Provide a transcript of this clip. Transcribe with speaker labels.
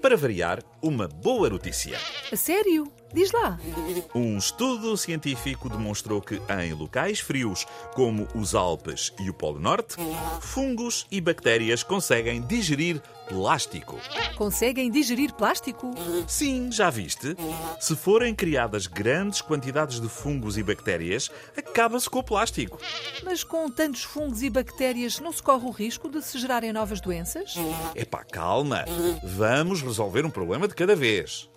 Speaker 1: Para variar, uma boa notícia.
Speaker 2: A sério? Diz lá.
Speaker 1: Um estudo científico demonstrou que em locais frios, como os Alpes e o Polo Norte, fungos e bactérias conseguem digerir plástico.
Speaker 2: Conseguem digerir plástico?
Speaker 1: Sim, já viste? Se forem criadas grandes quantidades de fungos e bactérias, acaba-se com o plástico.
Speaker 2: Mas com tantos fungos e bactérias, não se corre o risco de se gerarem novas doenças?
Speaker 1: Epá, calma. Vamos resolver um problema de cada vez.